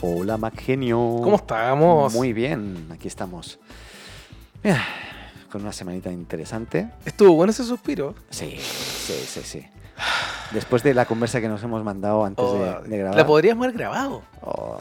Hola, Mac Genio. ¿Cómo estamos? Uh, Muy bien, aquí estamos. Mira, con una semanita interesante. Estuvo bueno ese suspiro. Sí, sí, sí, sí. Después de la conversa que nos hemos mandado antes Oh, de, de grabar. La podríamos haber grabado. Oh,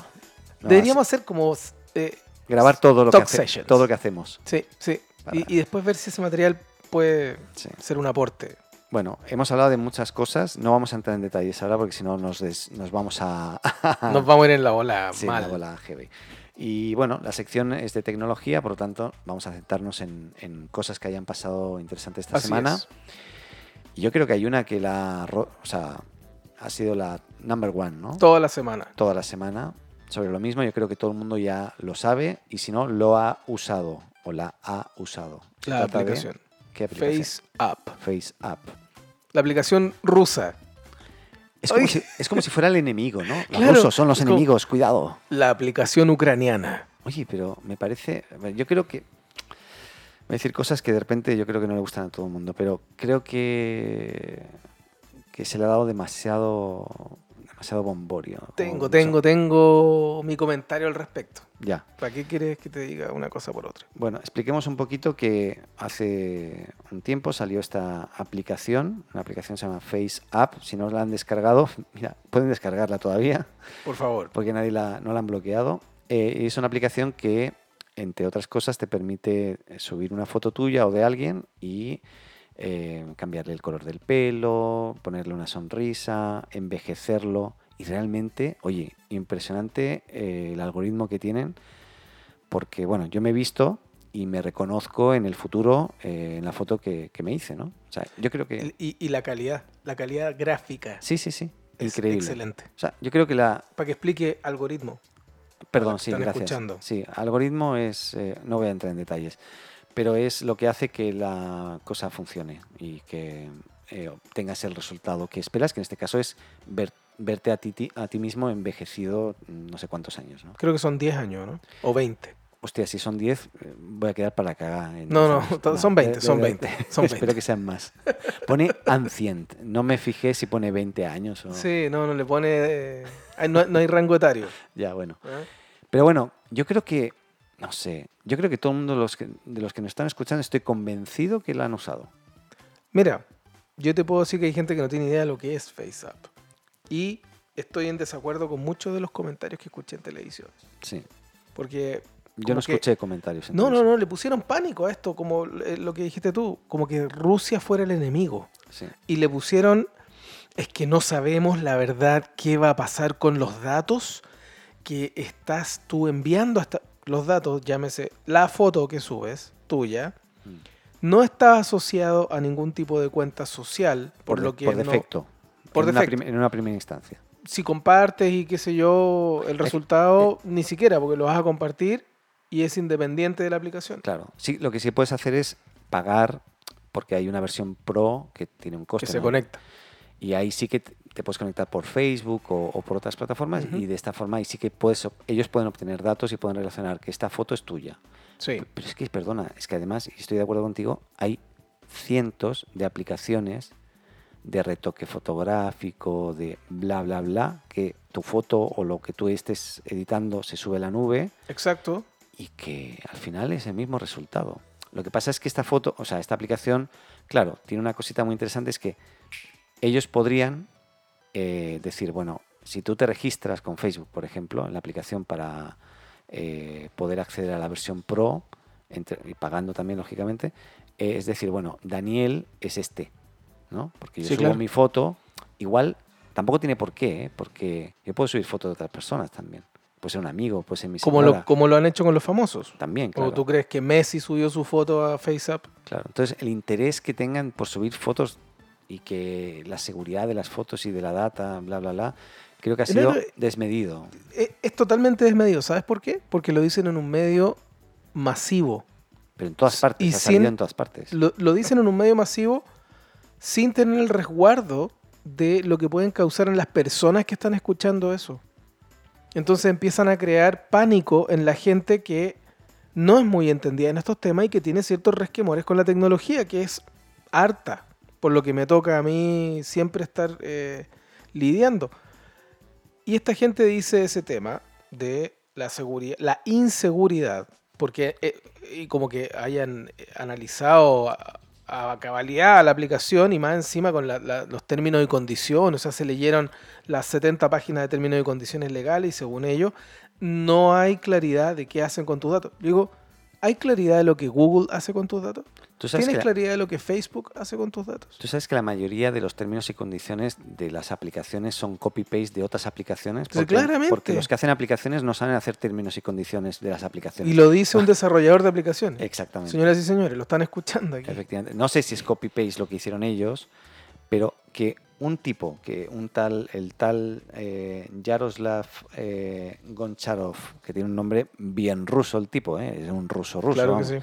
no, Deberíamos hacer como. eh, así- grabar todo lo, que Talk hace- sessions. todo lo que hacemos. sí, sí. Para- Y, y después ver si ese material puede Sí. ser un aporte. Bueno, hemos hablado de muchas cosas. No vamos a entrar en detalles ahora porque si no nos, des- nos vamos a... Nos vamos a ir en la ola Sí, mal. la bola GB. Y bueno, la sección es de tecnología, por lo tanto, vamos a centrarnos en, en cosas que hayan pasado interesantes esta Así semana. es. Y yo creo que hay una que la ro- o sea, ha sido la number one, ¿no? Toda la semana. Toda la semana sobre lo mismo. Yo creo que todo el mundo ya lo sabe y si no, lo ha usado o la ha usado. Se La trata de- aplicación. ¿Qué aplicación? Face Up. Face App. La aplicación rusa. Es como, Oye. si, es como si fuera el enemigo, ¿no? Los Claro, rusos son los es como- enemigos, cuidado. La aplicación ucraniana. Oye, pero me parece. bueno, Yo creo que. Voy a decir cosas que de repente yo creo que no le gustan a todo el mundo, pero creo que. que se le ha dado demasiado. demasiado bomborio. o Tengo, mucho- tengo, tengo mi comentario al respecto. Ya. ¿Para qué quieres que te diga una cosa por otra? Bueno, expliquemos un poquito que hace un tiempo salió esta aplicación, una aplicación se llama Face App. Si no la han descargado, mira, pueden descargarla todavía. Por favor. porque nadie la, no la han bloqueado. Eh, y es una aplicación que, entre otras cosas, te permite eh, subir una foto tuya o de alguien y eh, cambiarle el color del pelo, ponerle una sonrisa, envejecerlo. Y realmente, oye, impresionante eh, el algoritmo que tienen, porque, bueno, yo me he visto y me reconozco en el futuro eh, en la foto que, que me hice, ¿no? O sea, yo creo que... Y, y la calidad, la calidad gráfica. Sí, sí, sí. es Increíble. Excelente. O sea, yo creo que la, Para que explique algoritmo. Perdón, que sí, están gracias. escuchando. Sí, algoritmo es, eh, no voy a entrar en detalles, pero es lo que hace que la cosa funcione y que eh, obtengas el resultado que esperas, que en este caso es ver- verte a ti, ti- a ti mismo envejecido mm, no sé cuántos años, ¿no? Creo que son 10 años, ¿no? O 20. Hostia, si son 10, eh, voy a quedar para cagar. en No, los no, años. to- son 20, de- de- son de- 20, son Espero 20. que sean más. Pone ancient, no me fijé si pone 20 años o... Sí, no, no le pone. eh, ay, no, no hay rango etario. Ya, bueno. ¿eh? Pero bueno, yo creo que, no sé, yo creo que todo el mundo de los que, de los que nos están escuchando estoy convencido que la han usado. Mira, yo te puedo decir que hay gente que no tiene idea de lo que es FaceApp. Y estoy en desacuerdo con muchos de los comentarios que escuché en televisión. Sí. Porque. Yo como no que- escuché comentarios. No, no, no, le pusieron pánico a esto, como eh, lo que dijiste tú, como que Rusia fuera el enemigo. Sí, Y le pusieron, es que no sabemos la verdad qué va a pasar con los datos que estás tú enviando hasta los datos, llámese la foto que subes tuya, Mm. no está asociado a ningún tipo de cuenta social, por, lo que por no- defecto. por en una defecto. prim- en una primera instancia. si compartes y qué sé yo, el resultado ni siquiera, porque lo vas a compartir y es independiente de la aplicación. Claro. Sí, lo que sí puedes hacer es pagar, porque hay una versión pro que tiene un coste. que se ¿no? conecta. Y ahí sí que te te puedes conectar por Facebook o, o por otras plataformas Ujú. y de esta forma ahí sí que puedes, ob- ellos pueden obtener datos y pueden relacionar que esta foto es tuya. Sí. Pero es que, perdona, es que además, y estoy de acuerdo contigo, hay cientos de aplicaciones de retoque fotográfico, de bla, bla, bla, que tu foto o lo que tú estés editando se sube a la nube Exacto. y que al final es el mismo resultado. Lo que pasa es que esta foto, o sea, esta aplicación, claro, tiene una cosita muy interesante, es que ellos podrían eh, decir, bueno, si tú te registras con Facebook, por ejemplo, en la aplicación para eh, poder acceder a la versión Pro, entre- y pagando también, lógicamente, eh, es decir, bueno, Daniel es este, ¿no? Porque yo Sí, subo claro. mi foto, igual tampoco tiene por qué, ¿eh? porque yo puedo subir fotos de otras personas también. Puede ser un amigo, puede ser mi Como señora, lo, como lo han hecho con los famosos. también, claro. ¿O tú crees que Messi subió su foto a FaceApp? Claro, entonces el interés que tengan por subir fotos y que la seguridad de las fotos y de la data, bla, bla, bla, creo que ha No, sido no, desmedido. Es, Eh, es totalmente desmedido. ¿Sabes por qué? Porque lo dicen en un medio masivo. Pero en todas y partes, ha sin- salido en todas partes. Lo, lo dicen en un medio masivo sin tener el resguardo de lo que pueden causar en las personas que están escuchando eso. Entonces empiezan a crear pánico en la gente que no es muy entendida en estos temas y que tiene ciertos resquemores con la tecnología, que es harta, por lo que me toca a mí siempre estar eh, lidiando. Y esta gente dice ese tema de la seguridad, la inseguridad, porque eh, y como que hayan eh, analizado a, a cabalidad la aplicación y más encima con la- la- los términos y condiciones, o sea, se leyeron las 70 páginas de términos y condiciones legales y según ellos no hay claridad de qué hacen con tus datos. Yo Digo, ¿hay claridad de lo que Google hace con tus datos? ¿Tú sabes, ¿Tienes que la, claridad de lo que Facebook hace con tus datos? tú sabes que la mayoría de los términos y condiciones de las aplicaciones son copy-paste de otras aplicaciones? Pues claramente. Porque los que hacen aplicaciones no saben hacer términos y condiciones de las aplicaciones. Y lo dice un desarrollador de aplicaciones. Exactamente. Señoras y señores, lo están escuchando aquí. Efectivamente. No sé si es copy-paste lo que hicieron ellos, pero que un tipo, que un tal, el tal eh, Yaroslav eh, Goncharov, que tiene un nombre bien ruso el tipo, ¿eh? es un ruso ruso, claro que vamos, sí.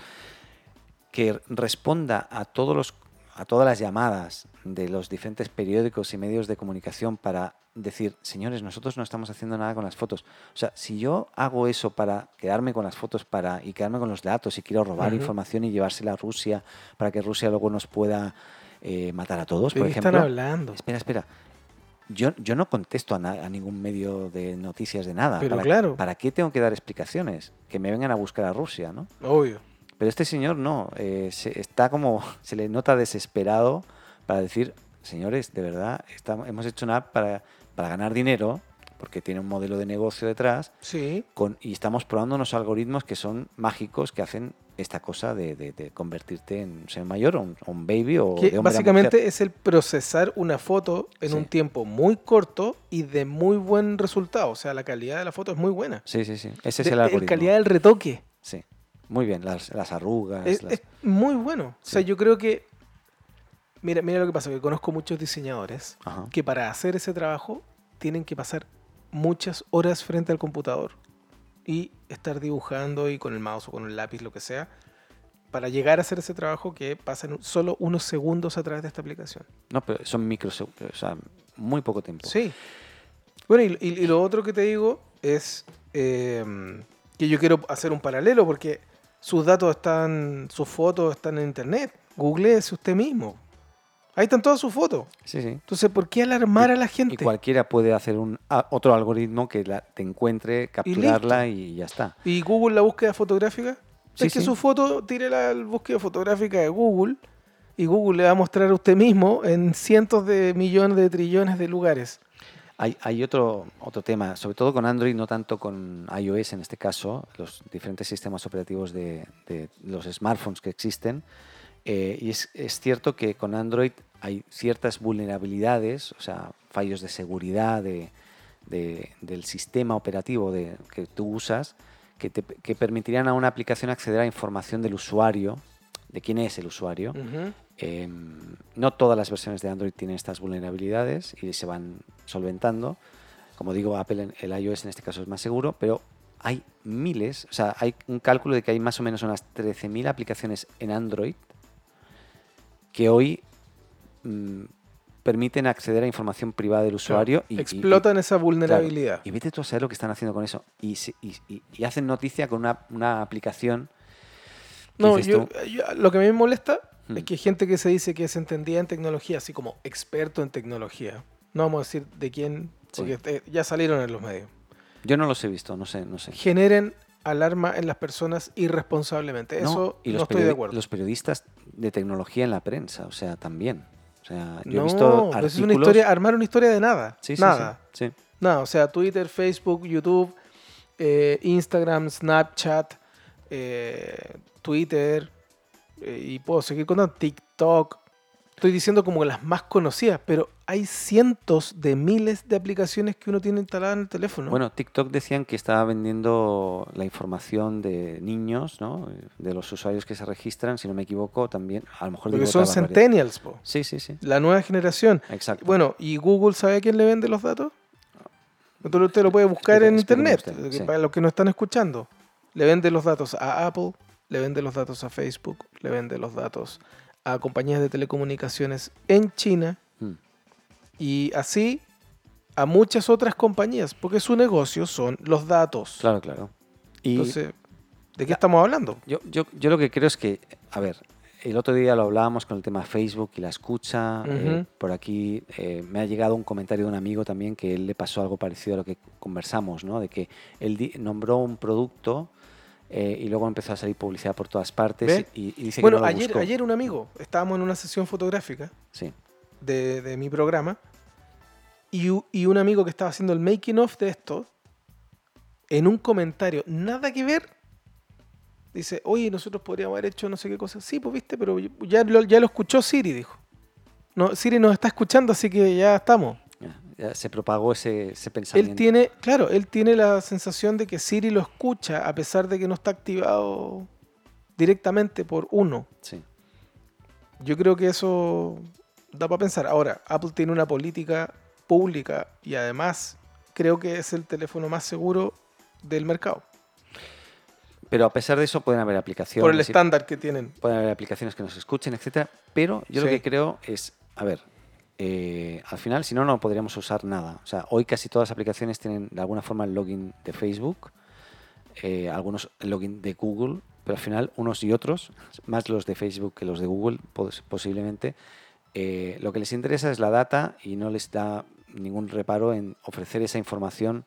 que responda a todos los a todas las llamadas de los diferentes periódicos y medios de comunicación para decir, señores, nosotros no estamos haciendo nada con las fotos. O sea, si yo hago eso para quedarme con las fotos para y quedarme con los datos y quiero robar Ujú. información y llevársela a Rusia para que Rusia luego nos pueda eh, matar a todos, ¿De por qué están ejemplo. hablando? Espera, espera. Yo, yo no contesto a, na- a ningún medio de noticias de nada. Pero ¿Para, claro. ¿Para qué tengo que dar explicaciones? Que me vengan a buscar a Rusia, ¿no? Obvio. Pero este señor no, eh, se- está como, se le nota desesperado para decir, señores, de verdad, estamos, hemos hecho una app para, para ganar dinero, porque tiene un modelo de negocio detrás, Sí. con, y estamos probando unos algoritmos que son mágicos, que hacen esta cosa de, de- de convertirte en un ser mayor o un, o un baby o Que de hombre a mujer. básicamente es el procesar una foto en Sí. un tiempo muy corto y de muy buen resultado. O sea, la calidad de la foto es muy buena. Sí, sí, sí. Ese es De- el de- algoritmo. calidad del retoque. Sí. Muy bien, las, las arrugas. Es, las- es muy bueno. O sea, Ah, Sí. yo creo que. Mira, mira lo que pasa, que conozco muchos diseñadores Ajá. que para hacer ese trabajo tienen que pasar muchas horas frente al computador y estar dibujando y con el mouse o con el lápiz, lo que sea, para llegar a hacer ese trabajo que pasan solo unos segundos a través de esta aplicación. No, pero son microsegundos, o sea, muy poco tiempo. Sí. Bueno, y, y- y lo otro que te digo es eh, que yo quiero hacer un paralelo porque sus datos están, sus fotos están en internet. Googleese usted mismo. Ahí están todas sus fotos. Sí, sí. Entonces, ¿por qué alarmar a la Y gente? cualquiera puede hacer un a- otro algoritmo que la, te encuentre, capturarla y, ya está. ¿Y Google la búsqueda fotográfica? Sí, es que sí. su foto, tire la búsqueda fotográfica de Google y Google le va a mostrar a usted mismo en cientos de millones de trillones de lugares. Hay, hay otro, otro tema, sobre todo con Android, no tanto con iOS en este caso, los diferentes sistemas operativos de, de los smartphones que existen. Eh, y es, es cierto que con Android hay ciertas vulnerabilidades, o sea, fallos de seguridad de- de- del sistema operativo de, que tú usas, que, te- que permitirían a una aplicación acceder a información del usuario, de quién es el usuario, Eh, no todas las versiones de Android tienen estas vulnerabilidades y se van solventando. Como digo, Apple en el iOS en este caso es más seguro, pero hay miles, o sea, hay un cálculo de que hay más o menos unas 13.000 aplicaciones en Android que hoy mm, permiten acceder a información privada del usuario y- y- Explotan esa Claro, vulnerabilidad. y vete tú a saber lo que están haciendo con eso. Y, se- y- y- y hacen noticia con una, una aplicación. que No, dices yo, tú, yo- lo que a mí me molesta Hmm. es que hay gente que se dice que se entendía en tecnología, así como experto en tecnología. No vamos a decir de quién, porque Sí. eh, ya salieron en los medios. yo no los he visto, no sé, no sé. Generen alarma en las personas irresponsablemente. No, Eso y no los estoy de periodi- acuerdo. Los periodistas de tecnología en la prensa, o sea, también. O sea, yo no, he visto pero artículos. es una historia, armar una historia de nada. Sí, sí, nada. sí, sí. Nada. O sea, Twitter, Facebook, YouTube, eh, Instagram, Snapchat, eh, Twitter, eh, y puedo seguir contando, TikTok. Estoy diciendo como las más conocidas, pero hay cientos de miles de aplicaciones que uno tiene instaladas en el teléfono. Bueno, TikTok decían que estaba vendiendo la información de niños, ¿no? De los usuarios que se registran, si no me equivoco, también. A lo mejor porque digo son otra barbaridad. centennials, po, Sí, sí, sí. la nueva generación. Exacto. Bueno, ¿y Google sabe a quién le vende los datos? Entonces usted lo puede buscar Explica- en explíqueme internet, usted, que sí. para los que no están escuchando. Le vende los datos a Apple, le vende los datos a Facebook, le vende los datos a compañías de telecomunicaciones en China Mm. y así a muchas otras compañías, porque su negocio son los datos. Claro, claro. Y Entonces, ¿de qué estamos hablando? yo, yo, yo lo que creo es que, a ver, el otro día lo hablábamos con el tema Facebook y la escucha. eh, Ujú. por aquí eh, me ha llegado un comentario de un amigo también que él le pasó algo parecido a lo que conversamos, ¿no? De que él di- nombró un producto eh, y luego empezó a salir publicidad por todas partes ¿Ve? y, y dice Bueno, que no lo ayer, buscó. ayer un amigo, estábamos en una sesión fotográfica Sí, de, de mi programa y, u- y un amigo que estaba haciendo el making of de esto, en un comentario, nada que ver, dice, oye, nosotros podríamos haber hecho no sé qué cosa. Sí, pues viste, pero yo- ya lo, ya lo escuchó Siri, dijo. No, Siri nos está escuchando, así que ya estamos. ya, ya se propagó ese, ese pensamiento. Él tiene, claro, él tiene la sensación de que Siri lo escucha a pesar de que no está activado directamente por uno. Sí. Yo creo que eso da para pensar. Ahora, Apple tiene una política pública y además creo que es el teléfono más seguro del mercado. Pero a pesar de eso pueden haber aplicaciones. por el y- estándar que tienen. pueden haber aplicaciones que nos escuchen, etcétera. Pero yo lo Sí. que creo es, a ver, eh, al final, si no, no podríamos usar nada. O sea, hoy casi todas las aplicaciones tienen de alguna forma el login de Facebook, eh, algunos el login de Google, pero al final unos y otros, más los de Facebook que los de Google, pos- posiblemente, eh, lo que les interesa es la data y no les da ningún reparo en ofrecer esa información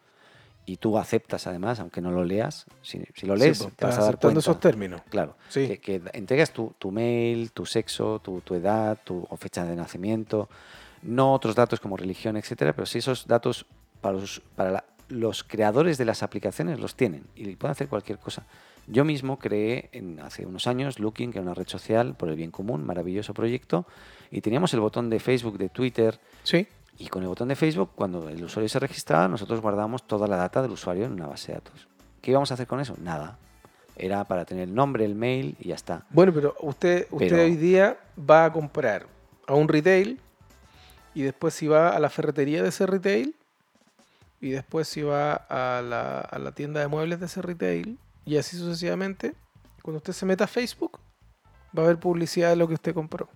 y tú aceptas además, aunque no lo leas. Si, si lo Sí, lees, pues, te vas está a dar aceptando cuenta. esos términos. Claro, Sí. que, que entregas tu, tu mail, tu sexo, tu, tu edad, tu o fecha de nacimiento, no otros datos como religión, etcétera, pero sí esos datos para los, para la- los creadores de las aplicaciones los tienen y pueden hacer cualquier cosa. Yo mismo creé en- hace unos años Looking, que era una red social por el bien común, maravilloso proyecto, y teníamos el botón de Facebook, de Twitter, Sí. y con el botón de Facebook, cuando el usuario se registraba, nosotros guardábamos toda la data del usuario en una base de datos. ¿Qué íbamos a hacer con eso? Nada. Era para tener el nombre, el mail y ya está. Bueno, pero usted, usted Pero- hoy día va a comprar a un retail y después si va a la ferretería de ese retail y después si va a la, a la tienda de muebles de ese retail y así sucesivamente, cuando usted se meta a Facebook va a haber publicidad de lo que usted compró.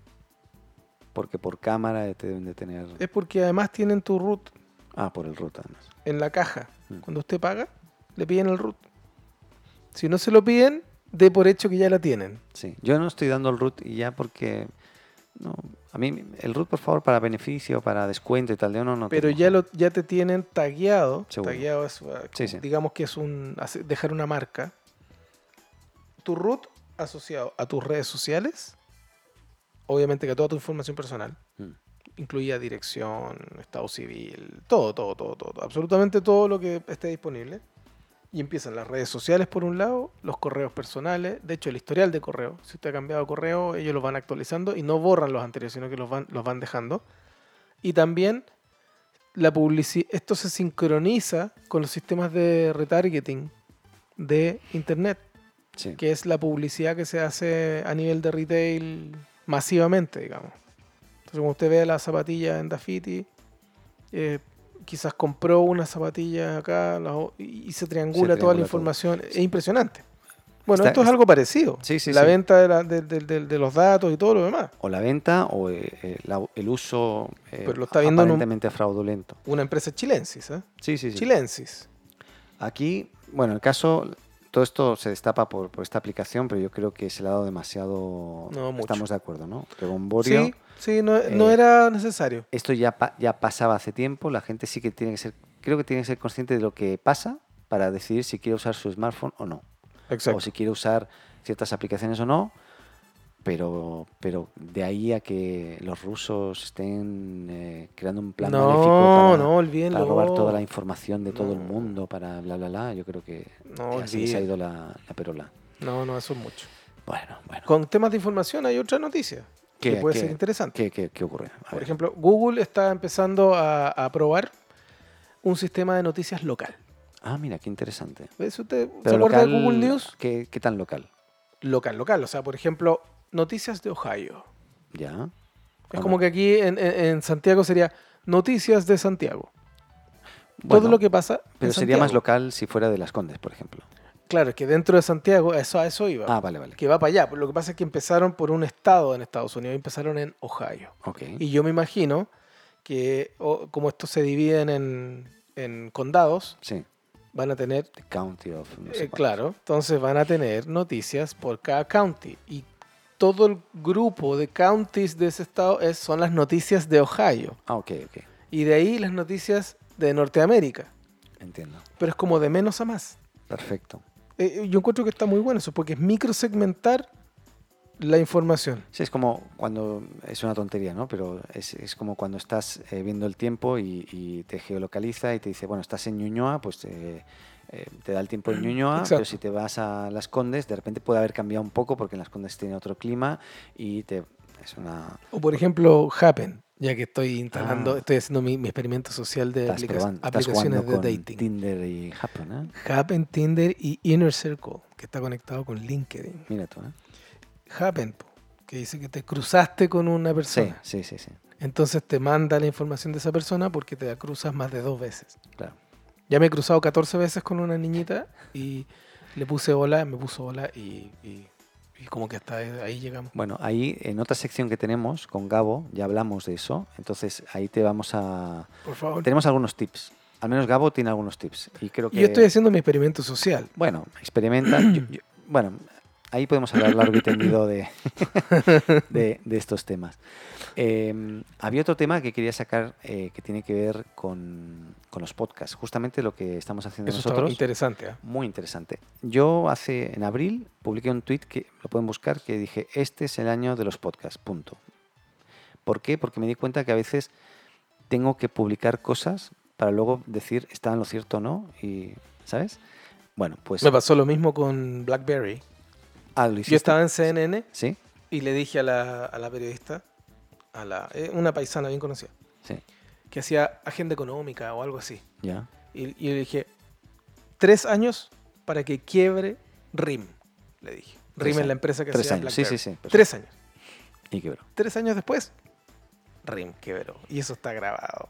Porque por cámara te deben de tener... Es porque además tienen tu root Ah, por el root además. en la caja. Mm. Cuando usted paga, le piden el root. Si no se lo piden, dé por hecho que ya la tienen. Sí. Yo no estoy dando el root y ya porque... No, a mí el root, por favor, para beneficio, para descuento y tal, yo no... no Pero tengo. ya, lo, ya te tienen tagueado. Seguro. Tagueado es, eh, Sí, sí. digamos que es un hace- dejar una marca. Tu root asociado a tus redes sociales, obviamente que a toda tu información personal, Mm. incluida dirección, estado civil, todo, todo, todo, todo, todo, absolutamente todo lo que esté disponible. Y empiezan las redes sociales por un lado, los correos personales, de hecho el historial de correo. Si usted ha cambiado correo, ellos los van actualizando y no borran los anteriores, sino que los van, los van dejando. Y también la publici- esto se sincroniza con los sistemas de retargeting de Internet, Sí. que es la publicidad que se hace a nivel de retail masivamente, digamos. Entonces, como usted ve la zapatilla en Dafiti, eh, quizás compró una zapatilla acá la o- y, y se triangula toda triangula todo. la información. Es impresionante. Bueno, Está- esto es algo parecido. Sí, sí, la sí. venta de, la- de- de- de- de los datos y todo lo demás. O la venta o eh, eh, la- el uso eh, Pero lo está viendo en un- aparentemente fraudulento. Una empresa chilensis, ¿eh? Sí, sí, sí. Chilensis. Aquí, bueno, el caso, todo esto se destapa por, por esta aplicación, pero yo creo que se le ha dado demasiado. No, mucho. Estamos de acuerdo, ¿no? Revomborio. Sí, sí, no, no eh, era necesario. Esto ya, pa- ya pasaba hace tiempo, la gente sí que tiene que ser, creo que tiene que ser consciente de lo que pasa para decidir si quiere usar su smartphone o no, o si quiere usar ciertas aplicaciones o no, pero, pero de ahí a que los rusos estén eh, creando un plan maléfico no, para, no, para olvídenlo. robar toda la información de todo el No. mundo, para bla, bla, bla, yo creo que no, que así se ha olviden. ido la, la perola. no, no, eso es mucho. Bueno, bueno. Con temas de información hay otra noticia ¿Qué- que puede qué- ser interesante. ¿Qué, qué, qué ocurre? A Por ver. ejemplo, Google está empezando a, a probar un sistema de noticias local. Ah, mira, qué interesante. ¿Ves usted? ¿Se Pero acuerda de local, Google News? ¿qué, qué tan local? Local, local. O sea, por ejemplo, noticias de Ohio. Ya. Es Ah, como que aquí en, en- en Santiago sería noticias de Santiago. Bueno, Todo lo que pasa. en Pero sería más Santiago. local si fuera de las Condes, por ejemplo. Claro, es que dentro de Santiago, a eso, a eso iba. Ah, vale, vale. que va para allá. Lo que pasa es que empezaron por un estado en Estados Unidos, empezaron en Ohio. Ok. Y yo me imagino que o- como estos se dividen en, en condados, Sí. van a tener, The County of. no sé eh, cuántos. claro, entonces van a tener noticias por cada county. Y todo el grupo de counties de ese estado es, son las noticias de Ohio. Ah, ok, ok. Y de ahí las noticias de Norteamérica. Entiendo. Pero es como de menos a más. Perfecto. Eh, yo encuentro que está muy bueno eso, porque es microsegmentar la información. Sí, es como cuando, es una tontería, ¿no? Pero es, es como cuando estás eh, viendo el tiempo y, y te geolocaliza y te dice, bueno, estás en Ñuñoa, pues eh, eh, te da el tiempo en Ñuñoa, Exacto. pero si te vas a Las Condes, de repente puede haber cambiado un poco porque en Las Condes tiene otro clima y te... Es una... O por ejemplo, Happen, ya que estoy instalando, Ah. estoy haciendo mi, mi experimento social de Estás, aplica- probando, estás aplicaciones jugando de con dating. Tinder y Happen, ¿eh? Happen, Tinder y Inner Circle, que está conectado con LinkedIn. Mira tú, ¿eh? Happen, po, que dice que te cruzaste con una Sí, persona. sí, sí, sí. Entonces te manda la información de esa persona porque te la cruzas más de dos veces. Claro. Ya me he cruzado 14 veces con una niñita y le puse hola, me puso hola y, y- y como que hasta ahí llegamos. Bueno, ahí en otra sección que tenemos con Gabo, ya hablamos de eso, entonces ahí te vamos a... Por favor. Tenemos algunos tips. Al menos Gabo tiene algunos tips. Y creo que... Yo estoy haciendo mi experimento social. Bueno, experimenta. yo- yo- bueno, ahí podemos hablar largo y tendido de, de, de estos temas. Eh, había otro tema que quería sacar eh, que tiene que ver con, con los podcasts. Justamente lo que estamos haciendo Eso está nosotros. interesante. ¿ah? Muy interesante. Yo hace en abril publiqué un tweet que lo pueden buscar que dije, este es el año de los podcasts, punto. ¿Por qué? Porque me di cuenta que a veces tengo que publicar cosas para luego decir, está en lo cierto o no, y, ¿sabes? Bueno, pues... Me pasó lo mismo con BlackBerry. Ah, ¿lo Yo hiciste? estaba en CNN Sí, y le dije a la, a la periodista, a la, eh, una paisana bien conocida, sí, que hacía agenda económica o algo así. ya. Y, y le dije, tres años para que quiebre RIM, le dije. Tres RIM es años. la empresa que Tres hacía años, sí, BlackBerry. sí, sí, perfecto. Tres años. Y quebró. Tres años después, RIM quebró. Y eso está grabado.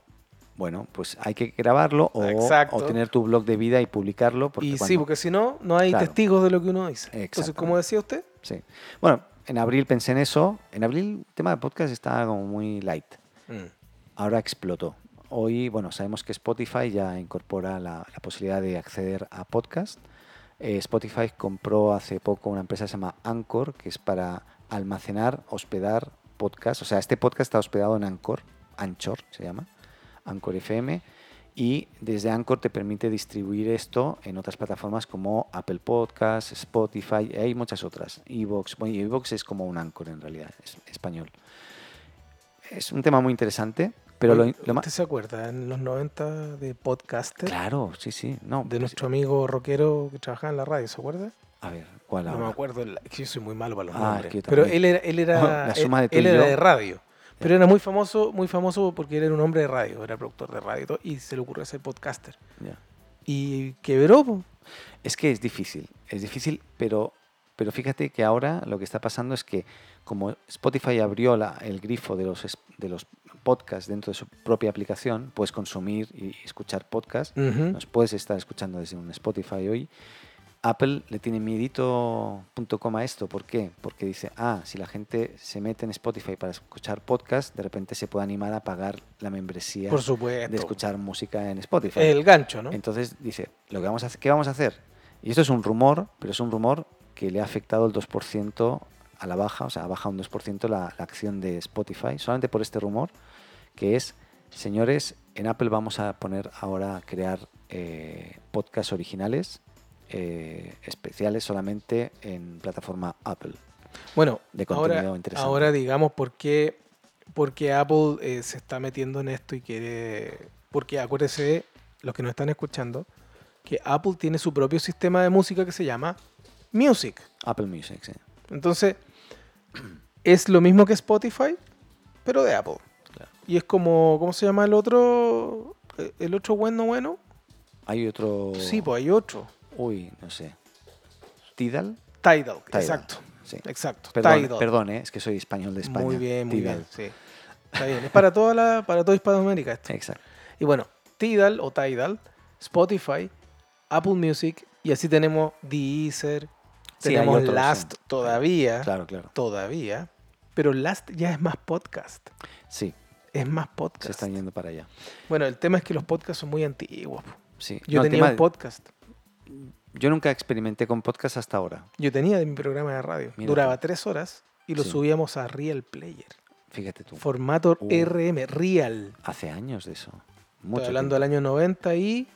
Bueno, pues hay que grabarlo o, Exacto. o tener tu blog de vida y publicarlo. Porque y sí, cuando- porque si no, no hay Claro. testigos de lo que uno dice. Entonces, Exactamente. como decía usted, sí. Bueno, en abril pensé en eso. En abril el tema de podcast está como muy light. ahora explotó. Hoy, bueno, sabemos que Spotify ya incorpora la, la posibilidad de acceder a podcast. Eh, Spotify compró hace poco una empresa que se llama Anchor, que es para almacenar, hospedar podcast. O sea, este podcast está hospedado en Anchor, Anchor se llama, Anchor FM. Y desde Anchor te permite distribuir esto en otras plataformas como Apple Podcasts, Spotify, y hay muchas otras. Evox, bueno, Evox es como un Anchor en realidad, es español. Es un tema muy interesante, pero lo, Oye, lo ma- ¿usted se acuerda en los 90 de podcaster? Claro, sí, sí. No, De pues, nuestro amigo rockero que trabajaba en la radio, ¿se acuerda? A ver, ¿cuál No me ahora? acuerdo, el- es que yo soy muy malo para los Ah, nombres. es que yo pero también. él era, él era, La él- suma de tú él y era yo. de radio. Pero era muy famoso, muy famoso porque él era un hombre de radio, era productor de radio y todo, y se le ocurrió ser podcaster. Ya. Y quebró, po. Es que es difícil, es difícil, pero, pero fíjate que ahora lo que está pasando es que como Spotify abrió la- el grifo de los, es- de los podcasts dentro de su propia aplicación, puedes consumir y escuchar podcasts, nos puedes estar escuchando desde un Spotify hoy. Apple le tiene miedito punto coma a esto. ¿Por qué? Porque dice, ah, si la gente se mete en Spotify para escuchar podcast, de repente se puede animar a pagar la membresía Por de supuesto. escuchar música en Spotify. El gancho, ¿no? Entonces dice, lo que vamos a hacer, ¿qué vamos a hacer? Y esto es un rumor, pero es un rumor que le ha afectado el 2% a la baja, o sea, ha bajado un 2% la, la acción de Spotify, solamente por este rumor, que es, señores, en Apple vamos a poner ahora a crear eh, podcasts originales, eh, especiales solamente en plataforma Apple. Bueno, de ahora, contenido interesante. ahora digamos por qué, por qué Apple eh, se está metiendo en esto y quiere... Porque acuérdense, los que nos están escuchando, que Apple tiene su propio sistema de música que se llama Music. Apple Music, ¿eh? sí. Entonces, es lo mismo que Spotify, pero de Apple. Claro. Y es como, ¿cómo se llama el otro? Eh, ¿El otro bueno bueno? Hay otro... Sí, pues hay otro. Uy, no sé. Tidal. Tidal, Tidal, exacto. sí. Exacto. Perdón, Tidal. perdón eh, es que soy español de España. Muy bien, muy Tidal. bien. Sí. Está bien. Es para toda la, para toda Hispanoamérica esto. Exacto. Y bueno, Tidal o Tidal, Spotify, Apple Music, y así tenemos Deezer, Sí, hay tenemos otros, Last sí. todavía. Claro, claro. Todavía. Pero Last ya es más podcast. Sí, Es más podcast. se están yendo para allá. Bueno, el tema es que los podcasts son muy antiguos. po. Sí. Yo No, el tenía tema un de- podcast. yo nunca experimenté con podcast hasta ahora. Yo tenía de mi programa de radio. Mira Duraba tú. tres horas y lo Sí. subíamos a Real Player. Fíjate tú. Formato Uh. RM, Real. Hace años de eso. Estoy Mucho hablando del año 93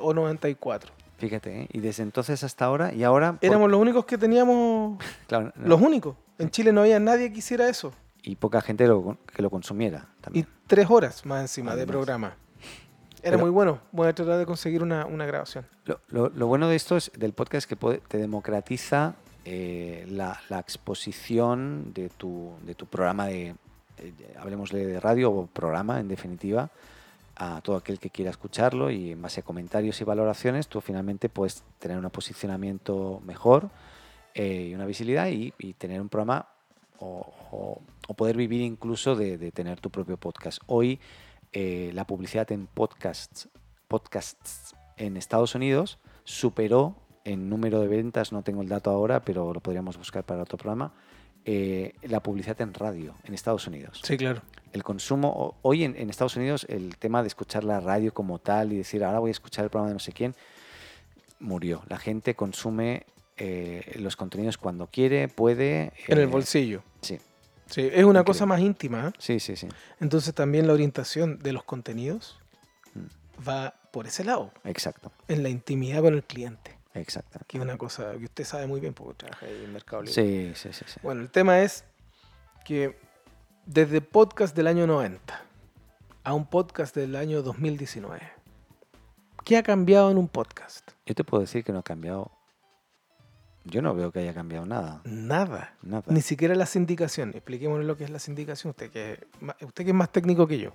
o 94. tiempo. Fíjate, ¿eh? y desde entonces hasta ahora, y ahora... por- Éramos los únicos que teníamos. claro, no, Los únicos. En Chile no había nadie que hiciera eso. Y poca gente lo con- que lo consumiera Y también. tres horas más encima de Además. programa. Era Pero- muy bueno. Voy a tratar de conseguir una, una grabación. Lo, lo- lo bueno de esto es, del podcast es que puede- te democratiza eh, la, la exposición de tu, de tu programa de, eh, de- hablemosle de radio o programa en definitiva, a todo aquel que quiera escucharlo y en base a comentarios y valoraciones tú finalmente puedes tener un posicionamiento mejor eh, y una visibilidad y, y tener un programa o, o- o poder vivir incluso de, de tener tu propio podcast. Hoy eh, la publicidad en podcasts, podcasts en Estados Unidos superó en número de ventas, no tengo el dato ahora, pero lo podríamos buscar para otro programa, eh, la publicidad en radio en Estados Unidos Sí, claro. el consumo. o- Hoy en, en Estados Unidos el tema de escuchar la radio como tal y decir ahora voy a escuchar el programa de no sé quién murió. La gente consume eh, los contenidos cuando quiere, puede. En eh, el bolsillo. Sí, Sí, es una cosa Increíble. más íntima. ¿eh? sí, sí, sí. Entonces también la orientación de los contenidos Mm. va por ese lado, Exacto, en la intimidad con el cliente, exacto. que es una cosa que usted sabe muy bien porque trabaja ahí en Mercado Libre. Sí, sí, sí. sí. Bueno, el tema es que desde podcast del año 90 a un podcast del año 2019, ¿qué ha cambiado en un podcast? Yo te puedo decir que no ha cambiado. Yo no veo que haya cambiado nada. Nada. Nada. Ni siquiera la sindicación. Expliquémonos lo que es la sindicación. Usted que, es ma- usted que es más técnico que yo.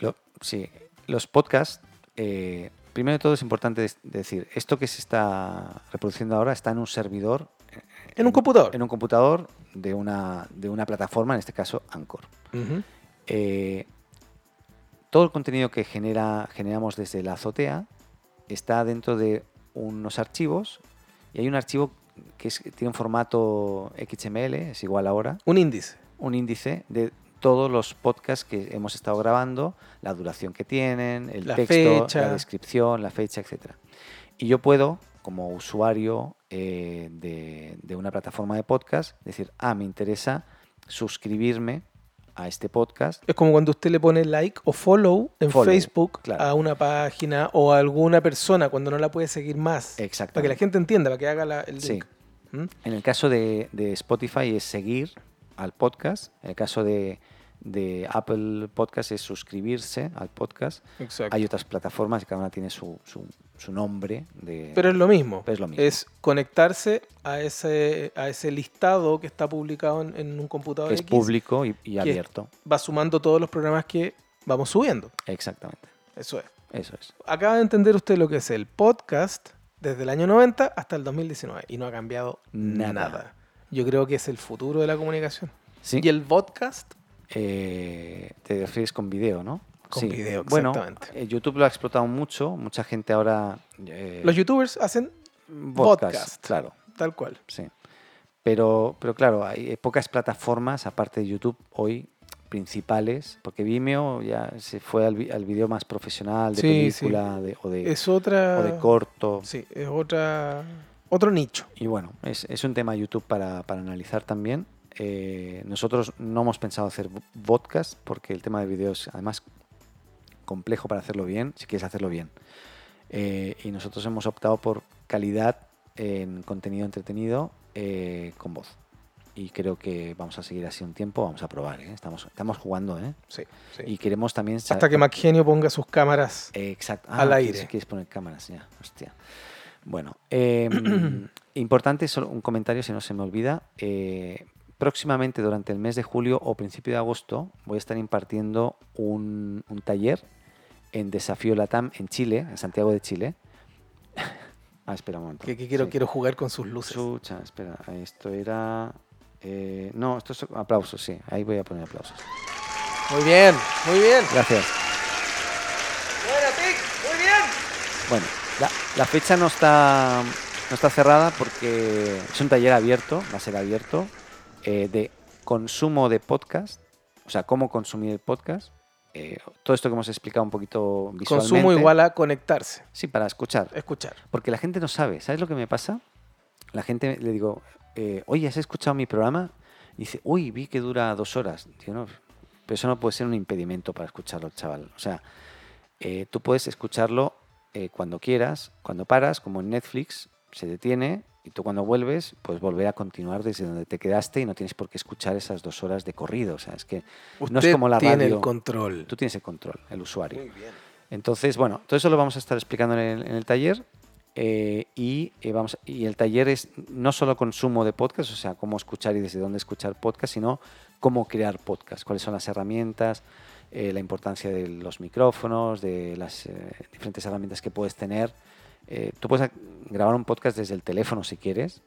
Lo- sí, los podcasts, eh, primero de todo es importante des- decir, esto que se está reproduciendo ahora está en un servidor En un computador. en un computador de una, de una plataforma, en este caso Anchor. Ujú. Eh, todo el contenido que genera, generamos desde la azotea está dentro de unos archivos y hay un archivo que es- tiene un formato XML, es igual ahora, Un índice. un índice de todos los podcasts que hemos estado grabando, la duración que tienen, el La texto, fecha. la descripción, la fecha, etc. Y yo puedo, como usuario eh, de, de una plataforma de podcast, decir, ah, me interesa suscribirme a este podcast. Es como cuando usted le pone like o follow en Follow, Facebook claro. a una página o a alguna persona cuando no la puede seguir más. Exacto. Para que la gente entienda, para que haga la- el Sí. link. ¿Mm? En el caso de, de Spotify es seguir al podcast. En el caso de, de Apple Podcast es suscribirse al podcast. Exacto. Hay otras plataformas, cada una tiene su, su- su nombre. De, Pero es lo mismo. Pero es lo mismo. Es conectarse a ese, a ese listado que está publicado en, en un computador que es X. público y, y que- abierto. Va sumando todos los programas que vamos subiendo. Exactamente. Eso es. Eso es. Acaba de entender usted lo que es el podcast desde el año 90 hasta el 2019 y no ha cambiado Nada. nada. Yo creo que es el futuro de la comunicación. Sí. Y el podcast Eh, te refieres con video, ¿no? Con video, exactamente. Bueno, eh, YouTube lo ha explotado mucho. Mucha gente ahora. eh, Los youtubers hacen podcast, podcast. Claro, tal cual. sí. Pero, pero claro, hay eh, pocas plataformas, aparte de YouTube, hoy principales, porque Vimeo ya se fue al, vi- al video más profesional, de Sí, sí. película de- o, de, Es otra. o de corto. Sí, es otra. Otro nicho. Y bueno, es, es un tema YouTube para, para analizar también. Eh, nosotros no hemos pensado hacer bo- podcast porque el tema de video es además complejo para hacerlo bien, si quieres hacerlo bien. Eh, y nosotros hemos optado por calidad en contenido entretenido eh, con voz. Y creo que vamos a seguir así un tiempo, vamos a probar, ¿eh? estamos, estamos jugando. ¿eh? Sí, sí. Y queremos también... sa- Hasta que MacGenio ponga sus cámaras. Eh, Exacto. al quieres- aire. Quieres poner cámaras, ya. Hostia. Bueno, eh, importante, solo un comentario si no se me olvida. Eh, próximamente, durante el mes de julio o principio de agosto, voy a estar impartiendo un, un taller en Desafío Latam en Chile, en Santiago de Chile. ah, espera un momento. Que, que quiero, Sí. quiero jugar con sus luces. Chucha, espera, esto era. eh, no, esto es aplausos, sí. Ahí voy a poner aplausos. Muy bien, muy bien. Gracias. Buena, Tic, muy bien. Bueno, la, la fecha no está, no está cerrada porque es un taller abierto, va a ser abierto, eh, de consumo de podcast, o sea, cómo consumir el podcast. eh, todo esto que hemos explicado un poquito visualmente. Consumo igual a conectarse, Sí, para escuchar. escuchar. Porque la gente no sabe. ¿Sabes lo que me pasa? La gente le digo, eh, oye, ¿has escuchado mi programa? Y dice, uy, vi que dura dos horas. Digo, no, pero eso no puede ser un impedimento para escucharlo, chaval. O sea, eh, tú puedes escucharlo eh, cuando quieras, cuando paras, como en Netflix, se detiene y tú cuando vuelves, pues volver a continuar desde donde te quedaste y no tienes por qué escuchar esas dos horas de corrido. O sea, es que no es Usted como la tiene radio. el control. Tú tienes el control, el usuario. Muy bien. Entonces, bueno, todo eso lo vamos a estar explicando en el, en el taller. eh, y, eh, vamos, y el taller es no solo consumo de podcast, o sea, cómo escuchar y desde dónde escuchar podcast, sino cómo crear podcast, cuáles son las herramientas, eh, la importancia de los micrófonos, de las eh, diferentes herramientas que puedes tener. Eh, tú puedes ac- grabar un podcast desde el teléfono si quieres.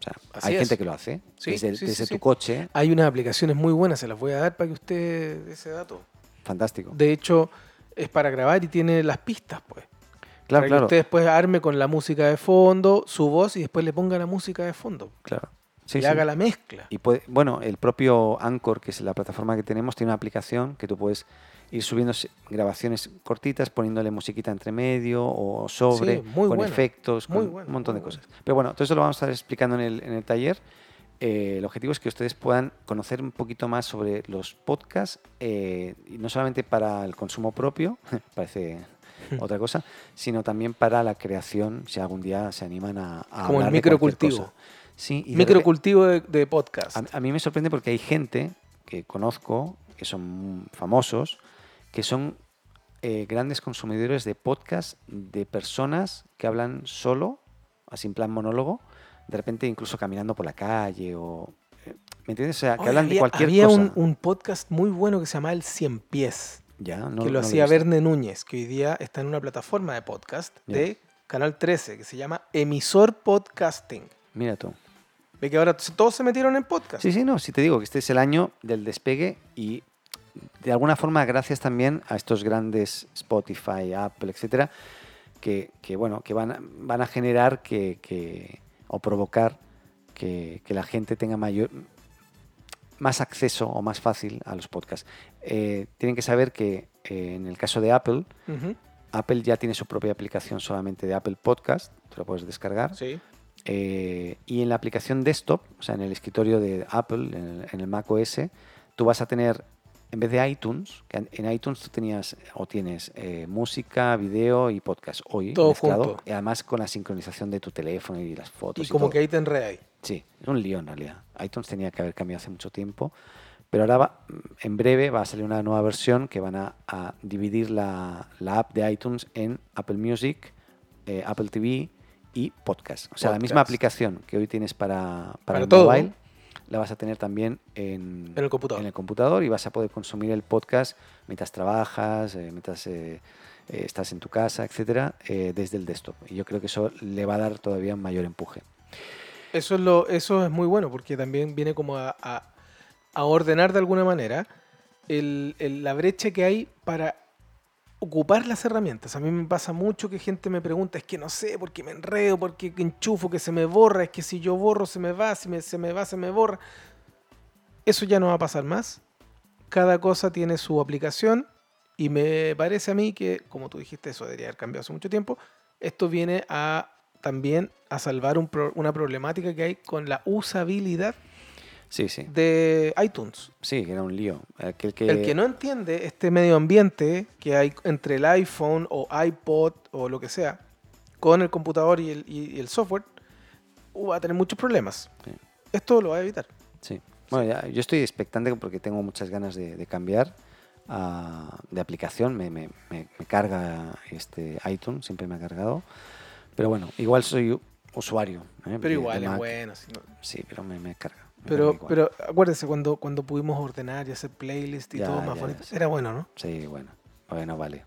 O sea, Así hay es. gente que lo hace Sí, desde, el- sí, sí, desde sí. tu coche. Hay unas aplicaciones muy buenas, se las voy a dar para que usted dé ese dato. Fantástico. De hecho, es para grabar y tiene las pistas, pues. para claro, que claro. usted después arme con la música de fondo, su voz y después le ponga la música de fondo. claro. Sí, y sí. haga la mezcla. Y puede- bueno, el propio Anchor, que es la plataforma que tenemos, tiene una aplicación que tú puedes ir subiendo se- grabaciones cortitas, poniéndole musiquita entre medio o sobre, Sí, muy con buena, efectos, muy con buena, un montón muy de buena. cosas. Pero bueno, todo eso lo vamos a estar explicando en el, en el taller. Eh, el objetivo es que ustedes puedan conocer un poquito más sobre los podcasts, eh, y no solamente para el consumo propio, parece otra cosa, sino también para la creación, si algún día se animan a, a Como el hablar de cualquier microcultivo. cosa. Sí, y de repe- Microcultivo de, de podcast. a, a mí me sorprende porque hay gente que conozco, que son famosos, que son eh, grandes consumidores de podcast de personas que hablan solo, así en plan monólogo, de repente incluso caminando por la calle o... eh, ¿Me entiendes? O sea, que Oye, hablan de había- cualquier había cosa. Un, un podcast muy bueno que se llamaba El Cien Pies, Ya, no- que no lo he hacía visto. Verne Núñez, que hoy día está en una plataforma de podcast Ya. de Canal 13, que se llama Emisor Podcasting. Mira tú. Ve que ahora t- todos se metieron en podcast. Sí, sí, no, sí te digo que este es el año del despegue y de alguna forma gracias también a estos grandes Spotify, Apple, etcétera, que, que, bueno, que van a, van a generar que, que- o provocar que, que la gente tenga mayor más acceso o más fácil a los podcasts. Eh, tienen que saber que eh, en el caso de Apple, Ujú, Apple ya tiene su propia aplicación solamente de Apple Podcast, tú la puedes descargar. sí. Eh, y en la aplicación desktop, o sea, en el escritorio de Apple, en el, en el Mac OS, tú vas a tener, en vez de iTunes, que en- en iTunes tú tenías o tienes eh, música, video y podcast hoy Todo mezclado, junto. y además con la sincronización de tu teléfono y las fotos. Y Y como todo. que ahí te enredáis. Sí, es un lío en realidad. iTunes tenía que haber cambiado hace mucho tiempo, pero ahora va- en breve va a salir una nueva versión que van a, a dividir la, la app de iTunes en Apple Music, eh, Apple TV y Podcast. O sea, la misma Podcast. aplicación que hoy tienes para, para, Para el todo. mobile, la vas a tener también en, En el computador. en el computador y vas a poder consumir el podcast mientras trabajas, eh, mientras eh, eh, estás en tu casa, etcétera, eh, desde el desktop. Y yo creo que eso le va a dar todavía un mayor empuje. Eso es, lo, eso es muy bueno porque también viene como a, a- a ordenar de alguna manera el- el- la brecha que hay para ocupar las herramientas. A mí me pasa mucho que gente me pregunta, es que no sé, porque me enredo, porque enchufo, que se me borra, es que si yo borro se me va, si me- se me va, se me borra. Eso ya no va a pasar más. Cada cosa tiene su aplicación y me parece a mí que, como tú dijiste, eso debería haber cambiado hace mucho tiempo. Esto viene a también a salvar un pro- una problemática que hay con la usabilidad Sí, sí. de iTunes. Sí, que era un lío. Aquel que, El que no entiende este medio ambiente que hay entre el iPhone o iPod o lo que sea, con el computador y el, y- y el software, uh, va a tener muchos problemas. Sí. Esto lo va a evitar. Sí. Bueno, ya- yo estoy expectante porque tengo muchas ganas de, de cambiar ah, de aplicación. Me, me- me- me carga este iTunes, siempre me ha cargado. Pero bueno, igual soy u- usuario. ¿eh? de- Pero igual de es Mac. bueno. si no- Sí, pero me, me carga. me Pero, carga igual. pero acuérdense, cuando, cuando pudimos ordenar y hacer playlist y Ya, todo más ya, bonito, sí. era bueno, ¿no? Sí, bueno. Bueno, vale.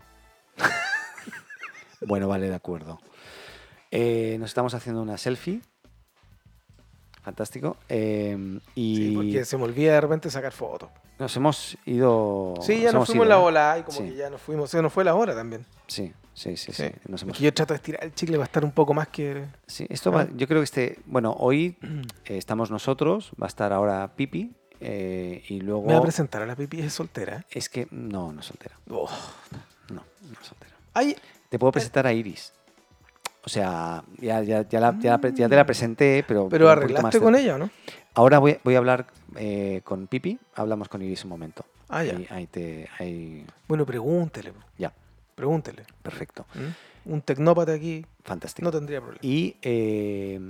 bueno, vale, de acuerdo. Eh, nos estamos haciendo una selfie. Fantástico. Eh, y Sí, porque se me olvida de repente sacar fotos. nos hemos ido. Sí, ya nos hemos fuimos ido, la ¿eh? bola y como Sí. que ya nos fuimos, se nos fue la hora también. Sí, sí, sí, sí. Sí. Nos hemos- Porque yo trato de estirar el chicle para estar un poco más que... sí, esto va- Ah. yo creo que este, bueno, hoy eh, estamos nosotros, va a estar ahora Pipi eh, y luego Me va a presentar a la pipi, es soltera. es que no, no es soltera, Oh. no, no es soltera. Ay, Te puedo presentar a Iris. O sea, ya, ya, ya, la- ya la pre- ya te la presenté, pero... Pero un poquito más arreglaste con de- ella, ¿no? Ahora voy, voy a hablar eh, con Pipi, hablamos con Iris un momento. Ah, ya. Ahí, ahí te... ahí- Bueno, pregúntele, po, ya, pregúntele. perfecto, ¿Mm? Un tecnópata aquí fantástico. no tendría problema. Y, eh,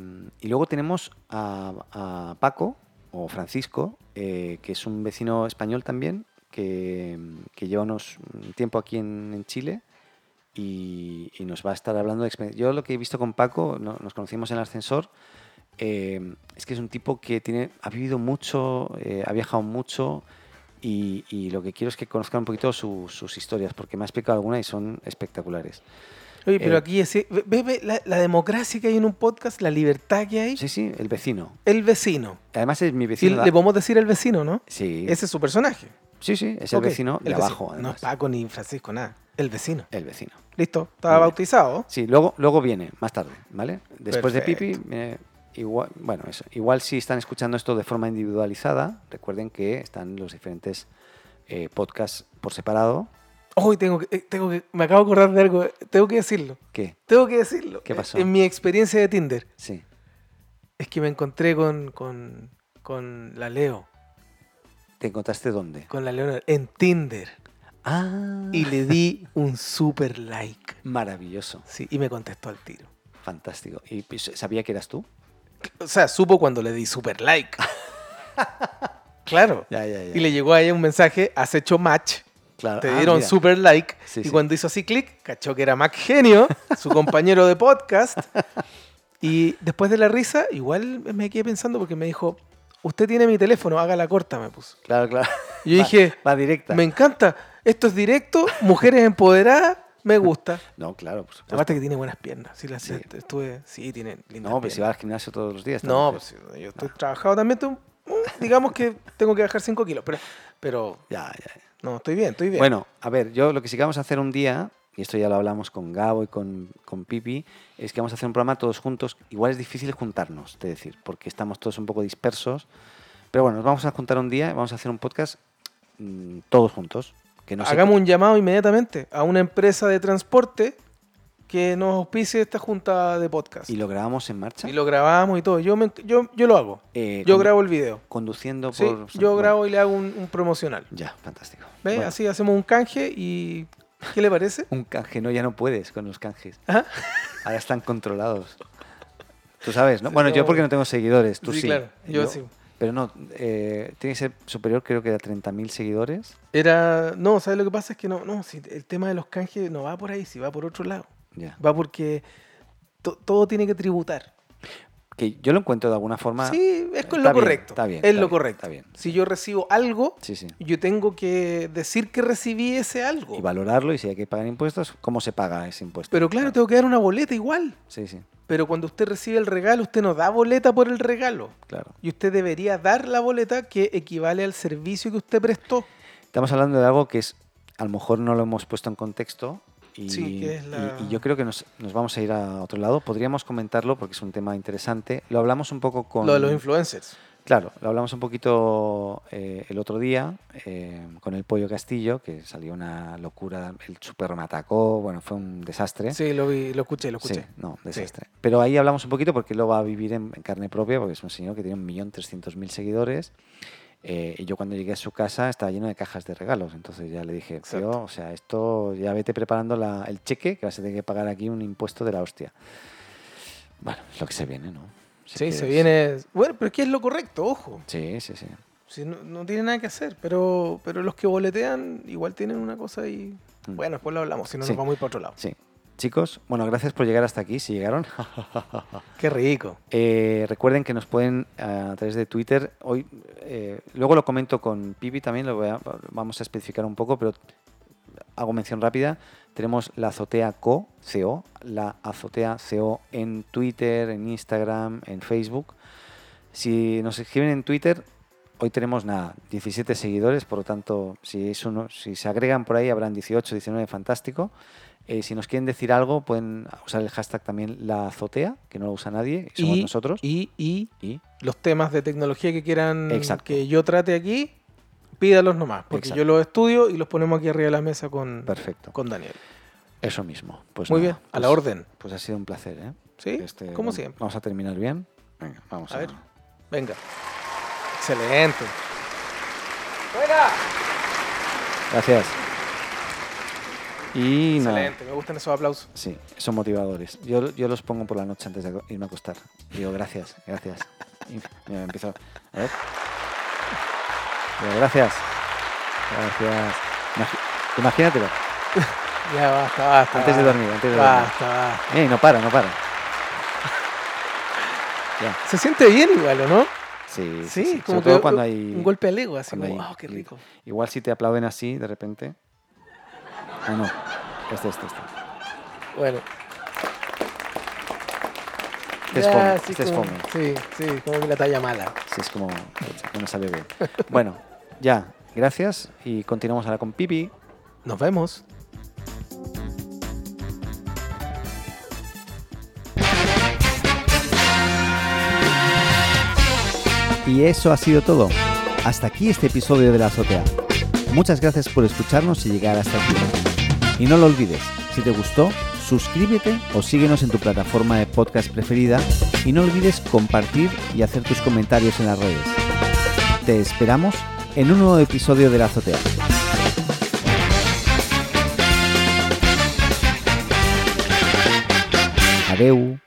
y luego tenemos a, a Paco, o Francisco, eh, que es un vecino español también, que, que lleva unos un tiempo aquí en, en Chile y, y nos va a estar hablando de experiencia. Yo lo que he visto con Paco, no- nos conocimos en el ascensor, eh, es que es un tipo que tiene, ha vivido mucho, eh, ha viajado mucho y, y lo que quiero es que conozcan un poquito su- sus historias, porque me ha explicado algunas y son espectaculares. Oye, pero eh, aquí es, ve, ve- ve la, la democracia que hay en un podcast, la libertad que hay. Sí, sí, el vecino. El vecino. Además es mi Sí, vecino. da- le podemos decir el vecino, ¿no? Sí, Ese es su personaje. sí, sí, es el Ok, vecino de el abajo, vecino. No es además. Paco ni Francisco, nada. El vecino. el vecino. Listo, Muy estaba bien. bautizado. Sí, luego, luego viene, más tarde, ¿vale? Después de Pipi, Perfecto. viene igual, bueno, eso. Igual si están escuchando esto de forma individualizada, recuerden que están los diferentes eh, podcasts por separado. Hoy tengo que, eh, tengo que, me acabo de acordar de algo, eh, tengo que decirlo. ¿Qué? Tengo que decirlo. ¿Qué Eh, pasó? En mi experiencia de Tinder, Sí. es que me encontré con, con, con la Leo, ¿Te encontraste dónde? con la Leona, en Tinder. Ah, Y le di un super like. maravilloso, Sí, y me contestó al tiro. fantástico. ¿Y pues, sabía que eras tú? O sea, supo cuando le di super like. claro. Ya, ya, Y le llegó a ella un mensaje, has hecho match, Claro. te Ah, dieron mira. super like. Sí, y sí. cuando hizo así clic, cachó que era Mac Genio, su compañero de podcast. Y después de la risa, igual me quedé pensando porque me dijo, usted tiene mi teléfono, haga la corta, me puso. Claro, claro. Yo Va- dije, va directa. Me encanta, esto es directo, mujeres empoderadas, me gusta. No, claro, por supuesto. Aparte que tiene buenas piernas. Sí, las Sí. estuve, sí tiene lindas No, pero si piernas. vas al gimnasio todos los días. también. No, pues sí, yo Ah. estoy trabajado también. tengo- mm, digamos que tengo que bajar 5 kilos, pero, pero Ya, ya, ya. no, estoy bien, estoy bien. Bueno, a ver, yo lo que sí que vamos a hacer un día, y esto ya lo hablamos con Gabo y con, con Pipi, es que vamos a hacer un programa todos juntos. Igual es difícil juntarnos, te decir, porque estamos todos un poco dispersos. Pero bueno, nos vamos a juntar un día y vamos a hacer un podcast mm, todos juntos. Que no sé- Hagamos un llamado inmediatamente a una empresa de transporte que nos auspicie esta junta de podcast. y lo grabamos en marcha. Y lo grabamos y todo. Yo, me- yo, yo lo hago. eh, Yo condu- grabo el video. Conduciendo Sí, por. yo bueno, grabo y le hago un, un promocional. Ya, fantástico. ¿Ve? Bueno, Así hacemos un canje y... ¿Qué le parece? Un canje, no, ya no puedes con los canjes. Ajá. Ahora están controlados. Tú sabes, ¿no? Bueno, no. yo porque no tengo seguidores, tú sí. Sí, claro, yo sí. Pero no, eh, tiene que ser superior creo que a 30.000 seguidores. Era... No, ¿sabes lo que pasa? Es que no, no, si el tema de los canjes no va por ahí, si va por otro lado. Ya. Va porque to- todo tiene que tributar. Que yo lo encuentro de alguna forma... sí, es está con lo bien, correcto. está bien, Es está lo bien, correcto. está bien. Si yo recibo algo, Sí, sí. yo tengo que decir que recibí ese algo. Y valorarlo y si hay que pagar impuestos, ¿cómo se paga ese impuesto? Pero claro, tengo que dar una boleta igual. Sí, sí, Pero cuando usted recibe el regalo, usted no da boleta por el regalo. claro. Y usted debería dar la boleta que equivale al servicio que usted prestó. Estamos hablando de algo que es, a lo mejor no lo hemos puesto en contexto. Y, Sí, que es la- y- y yo creo que nos, nos vamos a ir a otro lado. Podríamos comentarlo porque es un tema interesante. Lo hablamos un poco con... Lo de los influencers. Claro, lo hablamos un poquito eh, el otro día eh, con el Pollo Castillo, que salió una locura, el super me atacó, bueno, fue un desastre. Sí, lo vi, lo escuché, lo Sí, escuché. no, desastre. Pero ahí hablamos un poquito porque lo va a vivir en, en carne propia, porque es un señor que tiene 1.300.000 seguidores. eh, y yo cuando llegué a su casa estaba lleno de cajas de regalos, entonces ya le dije, Exacto. "Tío, o sea, esto ya vete preparando la- el cheque, que vas a tener que pagar aquí un impuesto de la hostia. Bueno, es lo que se viene, ¿no? Si Sí, se quieres- viene. Bueno, pero es que es lo correcto, ojo. Sí, sí, sí. Si no, no tiene nada que hacer, pero, pero los que boletean igual tienen una cosa y. Mm. Bueno, después lo hablamos, si no Sí. nos vamos a ir para otro lado. Sí. Chicos, bueno, gracias por llegar hasta aquí, si llegaron. Qué rico. Eh, recuerden que nos pueden eh, a través de Twitter. Hoy, eh, luego lo comento con Pipi también, lo voy a- vamos a especificar un poco, pero hago mención rápida. Tenemos la azotea CO, CO, la azotea CO en Twitter, en Instagram, en Facebook. Si nos escriben en Twitter, hoy tenemos nada, 17 seguidores, por lo tanto, si, es uno, si se agregan por ahí habrán 18, 19, fantástico. Eh, si nos quieren decir algo, pueden usar el hashtag también la azotea, que no lo usa nadie, que somos y, nosotros. Y, y Y los temas de tecnología que quieran Exacto. que yo trate aquí, pídalos nomás, porque Exacto. yo los estudio y los ponemos aquí arriba de la mesa con, perfecto. con Daniel. Eso mismo. Pues Muy nada, bien, a la pues- orden. Pues ha sido un placer, ¿eh? ¿Sí? Este, Como vam- siempre. Vamos a terminar bien. Venga, vamos A a, ver. Venga. Excelente. Gracias. Y nada. Excelente. Me gustan esos aplausos. Sí, son motivadores. Yo, yo los pongo por la noche antes de aco- irme a acostar. Digo, gracias, gracias. Y mira, empiezo. A ver. Digo, gracias. Gracias. Imagi- Imagínatelo. Ya basta, basta. Antes de basta. dormir, antes de dormir. Basta, basta. Eh, no para, no para. Se siente bien igual, ¿o no? Sí, sí, Sí, sí. como Sobre todo que cuando un- hay. un golpe al ego, así cuando como, hay- wow, qué rico. Igual si te aplauden así, de repente. Ah, no. Este, este, este. Bueno. Este es Ya, fome, así este es como- fome. Sí, sí, como que la talla mala. Sí, es como. pucha, que no sale bien. Bueno, ya. Gracias. Y continuamos ahora con Pipi. Nos vemos. Y eso ha sido todo. Hasta aquí este episodio de La Azotea. Muchas gracias por escucharnos y llegar hasta aquí. Y no lo olvides, si te gustó, suscríbete o síguenos en tu plataforma de podcast preferida y no olvides compartir y hacer tus comentarios en las redes. Te esperamos en un nuevo episodio de La Azotea. Adeu.